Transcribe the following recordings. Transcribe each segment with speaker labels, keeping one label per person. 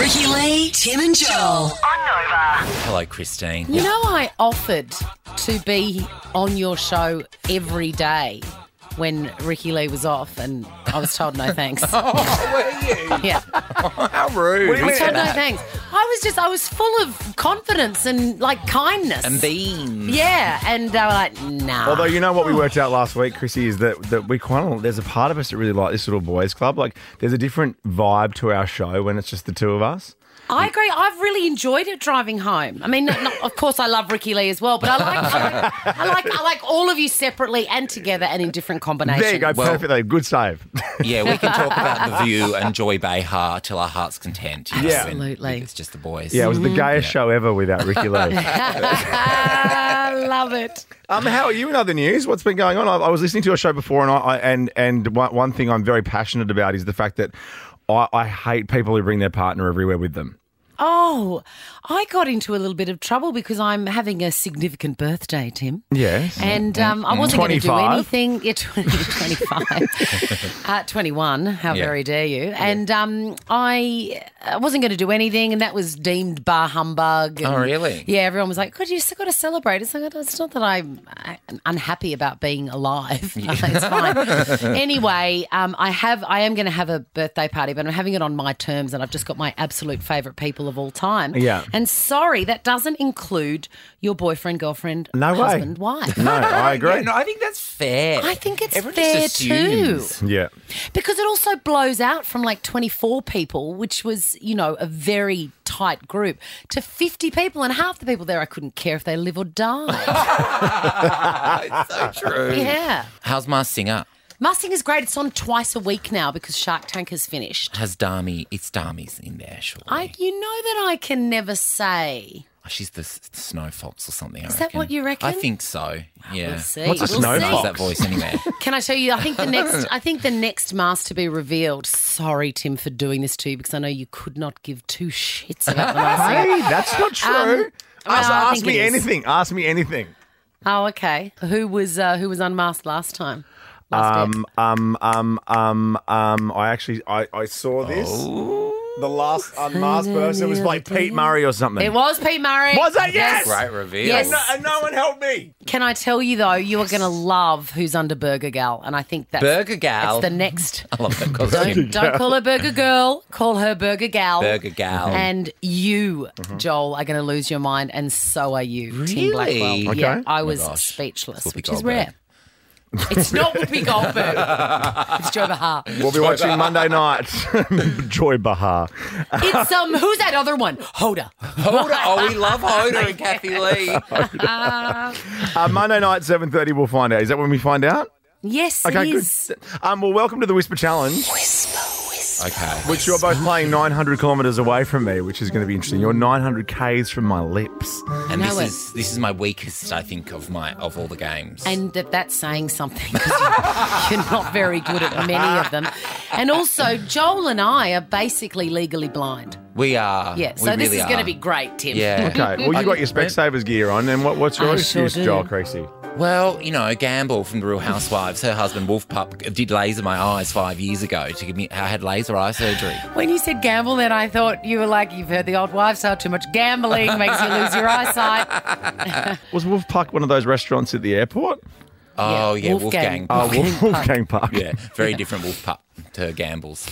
Speaker 1: Abby, Tim, and Joel.
Speaker 2: Hello, Christine.
Speaker 3: You know, I offered to be on your show every day when Ricky Lee was off, and I was told no thanks. Yeah,
Speaker 2: How rude.
Speaker 3: I was told no thanks. I was just, I was full of confidence and like kindness.
Speaker 2: And beans.
Speaker 3: yeah, and they were like, nah.
Speaker 4: Although you know what we
Speaker 3: Ah.
Speaker 4: worked out last week, Chrissy, is that that we kind of there's a part of us that really like this little boys' club. Like there's a different vibe to our show when it's just the two of us.
Speaker 3: I agree. I've really enjoyed it driving home. I mean, not, not- of course, I love Ricky Lee as well, but I like, I like, I like, I like all of you separately and together and in different combinations.
Speaker 4: There you go,
Speaker 2: Well-
Speaker 4: perfect though. Good save.
Speaker 2: Yeah, we can talk about the view and Joy Behar till our hearts content. you know,
Speaker 4: Yeah.
Speaker 2: when
Speaker 3: Absolutely. Mm-hmm.
Speaker 2: It's just the boys.
Speaker 4: yeah, it was the gayest show ever without Ricky Lee.
Speaker 3: I love it.
Speaker 4: Um, how are you in other news? What's been going on? I, I was listening to your show before, and I, I and and one, one thing I'm very passionate about is the fact that I, I hate people who bring their partner everywhere with them.
Speaker 3: Oh, I got into a little bit of trouble because I'm having a significant birthday, Tim.
Speaker 4: Yes.
Speaker 3: And um, I wasn't going to do
Speaker 4: 25?
Speaker 3: anything. Yeah, 20, 25. uh, 21. How
Speaker 2: Yeah.
Speaker 3: very dare you? And um, I, I wasn't going to do anything, and that was deemed bar humbug.
Speaker 2: Oh,
Speaker 3: and-
Speaker 2: really?
Speaker 3: Yeah, everyone was like, God, you still got to celebrate. It's, like, "Oh, it's not that I'm uh, unhappy about being alive. it's fine. anyway, um, I have, I am going to have a birthday party, but I'm having it on my terms, and I've just got my absolute favourite people of all time.
Speaker 4: Yeah.
Speaker 3: And sorry, that doesn't include your boyfriend, girlfriend,
Speaker 4: No way.
Speaker 3: husband, wife.
Speaker 4: no, I agree.
Speaker 2: Yeah, no, I think that's fair.
Speaker 3: I think it's
Speaker 2: Everyone
Speaker 3: fair
Speaker 2: just assumes.
Speaker 3: too.
Speaker 4: yeah.
Speaker 3: Because it also blows out from like 24 people, which was, you know, a very tight group, to 50 people. And half the people there, I couldn't care if they live or die.
Speaker 2: it's so true.
Speaker 3: yeah.
Speaker 2: How's my singer?
Speaker 3: Mustang is great. It's on twice a week now because Shark Tank has finished.
Speaker 2: Has Dami? It's Dami's in there, surely. Oh,
Speaker 3: I, you know that I can never say.
Speaker 2: She's the s- snow fox or something. Is
Speaker 3: that what you reckon?
Speaker 2: I think so. Yeah.
Speaker 3: We'll see.
Speaker 4: What's a
Speaker 3: We'll
Speaker 4: snow
Speaker 3: see.
Speaker 2: Does that voice anyway?
Speaker 3: Can I show you? I think the next. I think the next mask to be revealed. Sorry, Tim, for doing this to you because I know you could not give two shits about the mask.
Speaker 4: Hey, that's not true.
Speaker 3: Um,
Speaker 4: ask
Speaker 3: well, I
Speaker 4: ask
Speaker 3: think
Speaker 4: me
Speaker 3: it is.
Speaker 4: anything. Ask me anything.
Speaker 3: Oh, okay. Who was uh, who was unmasked last time? Last
Speaker 4: Um, um, um, um, um. I actually, I, I saw this. The last unmasked person was like Pete Murray or something.
Speaker 3: It was Pete Murray.
Speaker 4: Was that yes?
Speaker 2: Great reveal.
Speaker 3: Yes.
Speaker 4: And no one helped me.
Speaker 3: Can I tell you though, you are going to love who's under Burger Gal, and I think that's
Speaker 2: Burger Gal.
Speaker 3: It's the next.
Speaker 2: I love that
Speaker 3: Don't,
Speaker 2: costume.
Speaker 3: don't call her Burger Girl. Call her Burger Gal.
Speaker 2: Burger gal.
Speaker 3: And you,
Speaker 4: Mm-hmm.
Speaker 3: Joel, are going to lose your mind, and so are you, Tim
Speaker 2: Really? Oh
Speaker 3: Blackwell.
Speaker 4: Okay.
Speaker 3: Yeah, I
Speaker 2: my
Speaker 3: was
Speaker 2: gosh.
Speaker 3: speechless,
Speaker 2: Whoopi
Speaker 3: which
Speaker 2: Goldberg.
Speaker 3: is rare. It's not Whoopi Goldberg. it's Joe Bahar.
Speaker 4: We'll be watching Monday night. Joy Bahar.
Speaker 3: It's um, who's that other one? Hoda.
Speaker 2: Hoda. Oh, we love Hoda and Kathy Lee.
Speaker 4: Uh, Monday night, seven thirty. We'll find out. Is that when we find out?
Speaker 3: Yes, it
Speaker 4: Okay, good.
Speaker 3: is.
Speaker 4: Um, well, welcome to the Whisper Challenge,
Speaker 2: Okay.
Speaker 4: which you're both playing 900 kilometres away from me, which is going to be interesting. You're 900 k's from my lips.
Speaker 2: And
Speaker 3: know
Speaker 2: this
Speaker 3: it.
Speaker 2: is this is my weakest, I think, of my of all the games.
Speaker 3: And that that's saying something 'cause you're not very good at many of them. And also, Joel and I are basically legally blind.
Speaker 2: we are.
Speaker 3: Yeah,
Speaker 2: we
Speaker 3: so this
Speaker 2: really
Speaker 3: is going
Speaker 2: are.
Speaker 3: to be great, Tim.
Speaker 2: Yeah.
Speaker 4: Okay. Well, you got your Specsavers gear on, and what, what's your
Speaker 3: Mm-hmm. I
Speaker 4: excuse,
Speaker 3: sure do.
Speaker 4: Joel Creasy?
Speaker 2: Well, you know, Gamble from The Real Housewives, her husband Wolf Pup did laser my eyes five years ago to give me. I had laser eye surgery.
Speaker 3: When you said gamble, then I thought you were like, you've heard the old wives' tale too much gambling makes you lose your eyesight.
Speaker 4: Was Wolf Park one of those restaurants at the airport?
Speaker 2: Oh yeah,
Speaker 3: Wolfgang.
Speaker 2: Wolfgang.
Speaker 4: Oh,
Speaker 2: Puck.
Speaker 4: Wolf, Wolfgang Park.
Speaker 2: yeah, very different Wolf Pup to Gamble's.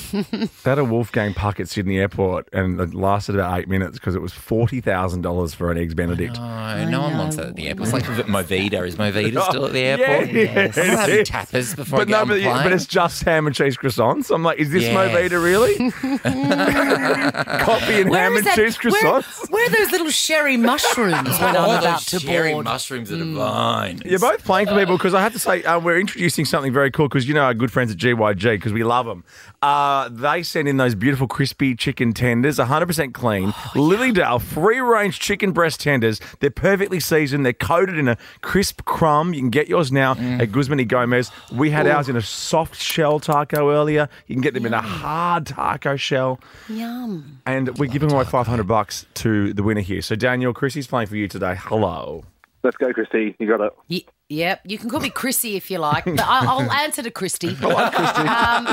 Speaker 4: That a Wolfgang Puck at Sydney Airport, and it lasted about eight minutes because it was forty thousand dollars for an eggs Benedict.
Speaker 2: Oh, No, no one wants that at the airport. It's like Movida. Is Movida still at the airport?
Speaker 4: yes.
Speaker 2: I'm
Speaker 4: It
Speaker 2: having
Speaker 4: is.
Speaker 2: tappers before
Speaker 4: But
Speaker 2: I get
Speaker 4: no,
Speaker 2: on the
Speaker 4: but, yeah,
Speaker 2: plane.
Speaker 4: but it's just ham and cheese croissants. I'm like, is this
Speaker 2: Yeah.
Speaker 4: Movida really? Coffee and ham and cheese
Speaker 3: Where,
Speaker 4: croissants.
Speaker 3: where are those little sherry mushrooms when
Speaker 2: All
Speaker 3: I'm
Speaker 2: those
Speaker 3: about to
Speaker 2: cherry
Speaker 3: board?
Speaker 2: mushrooms are divine.
Speaker 4: You're both playing for people because I have to say uh, we're introducing something very cool because you know our good friends at GYG because we love them. Uh, they send in those beautiful crispy chicken tenders, 100% clean, Lilydale free range chicken breast tenders. They're perfectly seasoned. They're coated in a crisp crumb. You can get yours now at Guzman y Gomez. We had ours in a soft shell taco earlier. You can get them in a hard taco shell,
Speaker 3: Yum.
Speaker 4: and we're giving away 500 bucks to the winner here. So Daniel, Chrissy's playing for you today. Hello.
Speaker 1: Let's go, Christy. You got it.
Speaker 3: Y- yep, you can call me Chrissy if you like, but I- I'll answer to Christy. I like Christy. Um,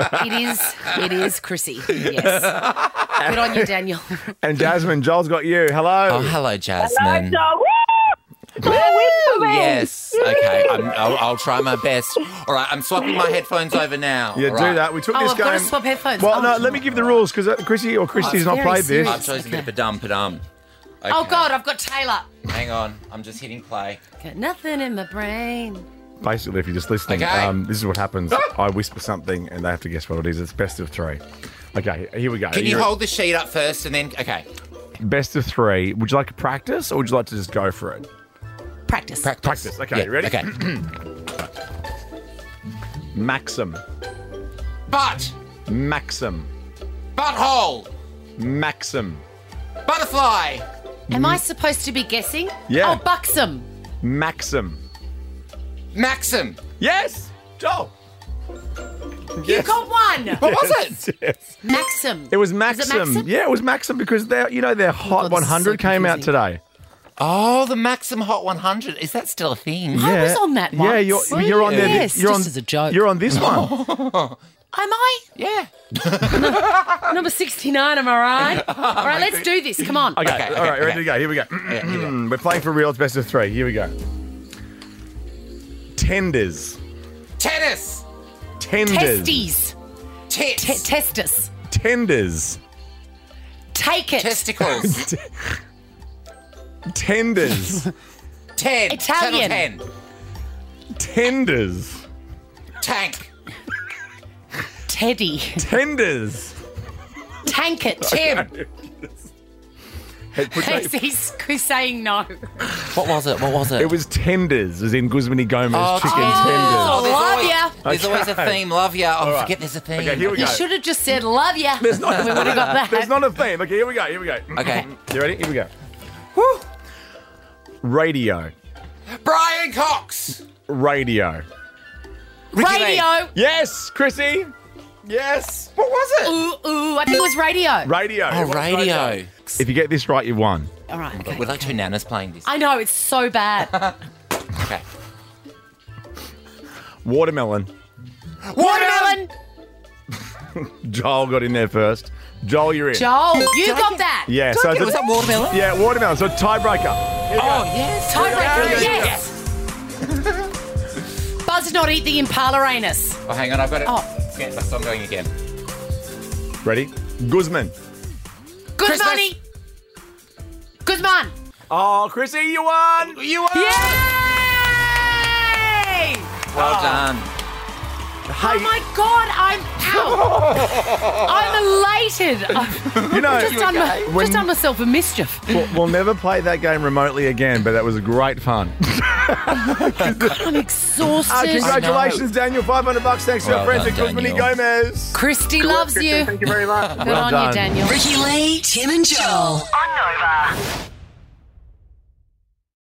Speaker 3: but it is it is Chrissy. Yes. Good on you, Daniel.
Speaker 4: And Jasmine, Joel's got you. Hello.
Speaker 2: Oh, hello, Jasmine.
Speaker 5: Joel. Woo! Woo! Woo!
Speaker 2: Yes. Okay. I'm, I'll, I'll try my best. All right. I'm swapping my headphones over now.
Speaker 4: Yeah,
Speaker 2: All right.
Speaker 4: do that. We took
Speaker 3: Oh,
Speaker 4: this
Speaker 3: I've
Speaker 4: game.
Speaker 3: got to swap headphones.
Speaker 4: Well,
Speaker 3: Oh.
Speaker 4: no, let me give the rules because Chrissy or Christy's
Speaker 3: Oh,
Speaker 4: not
Speaker 3: it's
Speaker 4: played
Speaker 3: very
Speaker 4: this.
Speaker 2: I've chosen a bit of a dum pa dum.
Speaker 3: Oh God, I've got Taylor.
Speaker 2: Hang on. I'm just hitting play.
Speaker 3: Got nothing in my brain.
Speaker 4: Basically, if you're just listening,
Speaker 2: Okay.
Speaker 4: um, this is what happens.
Speaker 3: Ah!
Speaker 4: I whisper something and they have to guess what it is. It's best of three. Okay, here we go.
Speaker 2: Can you
Speaker 4: You're-
Speaker 2: hold the sheet up first and then? Okay.
Speaker 4: best of three? Would you like to practice or would you like to just go for it?
Speaker 3: Practice.
Speaker 4: Practice. Okay,
Speaker 2: Yeah,
Speaker 4: you ready?
Speaker 2: Okay.
Speaker 4: Maxim,
Speaker 2: Butt.
Speaker 4: Maxim,
Speaker 2: Butthole.
Speaker 4: Maxim,
Speaker 2: Butterfly.
Speaker 3: Am I supposed to be guessing?
Speaker 4: Yeah.
Speaker 3: Oh, buxom.
Speaker 4: Maxim.
Speaker 2: Maxim.
Speaker 4: Yes, Joel.
Speaker 3: You got one.
Speaker 2: What was it?
Speaker 4: Yes.
Speaker 3: Maxim.
Speaker 4: It was
Speaker 3: Is
Speaker 4: Maxim. Yeah, it was Maxim because their, you know, their Hot
Speaker 3: God, this is so
Speaker 4: 100 came out
Speaker 3: confusing.
Speaker 4: today.
Speaker 2: Oh, the Maxim Hot 100. Is that still a thing?
Speaker 3: I was on that
Speaker 4: Yeah,
Speaker 3: once.
Speaker 4: you're, you're on there.
Speaker 3: Yes,
Speaker 4: you're
Speaker 3: just
Speaker 4: on,
Speaker 3: as a joke.
Speaker 4: You're on this one.
Speaker 3: Am I?
Speaker 2: Yeah.
Speaker 3: Number 69, am I right? All right, let's do this. Come on.
Speaker 4: Okay,
Speaker 2: Okay,
Speaker 4: all right,
Speaker 2: okay,
Speaker 4: ready to go. Here we go.
Speaker 2: here we
Speaker 4: We're playing for real. It's best of three. Here we go. Tenders.
Speaker 2: Tennis.
Speaker 4: Tenders.
Speaker 3: Testes.
Speaker 2: Tits.
Speaker 3: Te- testis.
Speaker 4: Tenders.
Speaker 3: Take it.
Speaker 2: Testicles.
Speaker 4: Tenders.
Speaker 2: Ten.
Speaker 3: Italian.
Speaker 2: Channel
Speaker 4: Tenders.
Speaker 2: 10. Tank.
Speaker 3: Teddy.
Speaker 4: Tenders.
Speaker 3: Tank it.
Speaker 2: Tim.
Speaker 4: Hey, put
Speaker 3: He's,
Speaker 4: that-
Speaker 3: he's, he's saying no.
Speaker 2: What was it? What was
Speaker 4: It was tenders, as in Guzman y Gomez
Speaker 2: Oh,
Speaker 4: chicken
Speaker 2: Jesus.
Speaker 3: Oh,
Speaker 4: tenders.
Speaker 2: there's
Speaker 3: love
Speaker 2: always,
Speaker 3: ya.
Speaker 2: There's always a
Speaker 4: Okay.
Speaker 2: theme. Love ya. Oh, I
Speaker 4: right.
Speaker 2: forget there's a theme.
Speaker 4: Okay, here we
Speaker 3: You
Speaker 4: go.
Speaker 3: should have just said, love ya. There's not, we would have got that.
Speaker 4: There's not a theme. Okay, here we go. Here we go.
Speaker 2: Okay.
Speaker 4: You ready? Here we go. Woo. Radio.
Speaker 2: Brian Cox.
Speaker 4: Radio.
Speaker 2: Ricky Lee.
Speaker 3: radio.
Speaker 4: Yes, Chrissy. Yes.
Speaker 2: What was it?
Speaker 3: Ooh, ooh. I think it was radio.
Speaker 4: Radio.
Speaker 2: Oh,
Speaker 4: It was
Speaker 2: radio.
Speaker 4: If you get this right, you won.
Speaker 3: All right. Okay.
Speaker 2: We're like two nanas playing this.
Speaker 3: I know, it's so bad.
Speaker 2: Okay.
Speaker 4: Watermelon.
Speaker 3: Watermelon.
Speaker 4: Joel got in there first. Joel, you're in.
Speaker 3: Joel, you got that.
Speaker 4: Yeah, so it's a-
Speaker 2: Was that watermelon?
Speaker 4: yeah, watermelon. So tiebreaker.
Speaker 2: Oh, yes.
Speaker 3: Tiebreaker, yes. Buzz not eat the impala anus.
Speaker 2: Oh, hang on. I've got it.
Speaker 3: Oh.
Speaker 2: Yeah, that's- I'm going again.
Speaker 4: Ready? Guzman.
Speaker 3: Good
Speaker 2: Christmas.
Speaker 3: money. Guzman.
Speaker 4: Oh, Chrissy, you won.
Speaker 2: You are.
Speaker 3: Yay!
Speaker 2: Well done.
Speaker 3: Oh my god, I'm out. I'm elated. I've
Speaker 4: You know,
Speaker 3: just done, my,
Speaker 4: When-
Speaker 3: just done myself a mischief.
Speaker 4: we'll, we'll never play that game remotely again, but that was great fun.
Speaker 3: I'm
Speaker 4: Uh,
Speaker 3: exhausted.
Speaker 4: congratulations, Daniel. 500 bucks thanks to
Speaker 2: Well
Speaker 4: your friends
Speaker 2: done,
Speaker 4: at Guzman y
Speaker 2: Daniel.
Speaker 4: Gomez.
Speaker 3: Christy loves you.
Speaker 1: Thank you very much.
Speaker 3: Good on
Speaker 4: done.
Speaker 3: you, Daniel.
Speaker 6: Ricky Lay, Tim and
Speaker 5: On
Speaker 6: Joel.
Speaker 5: Nova.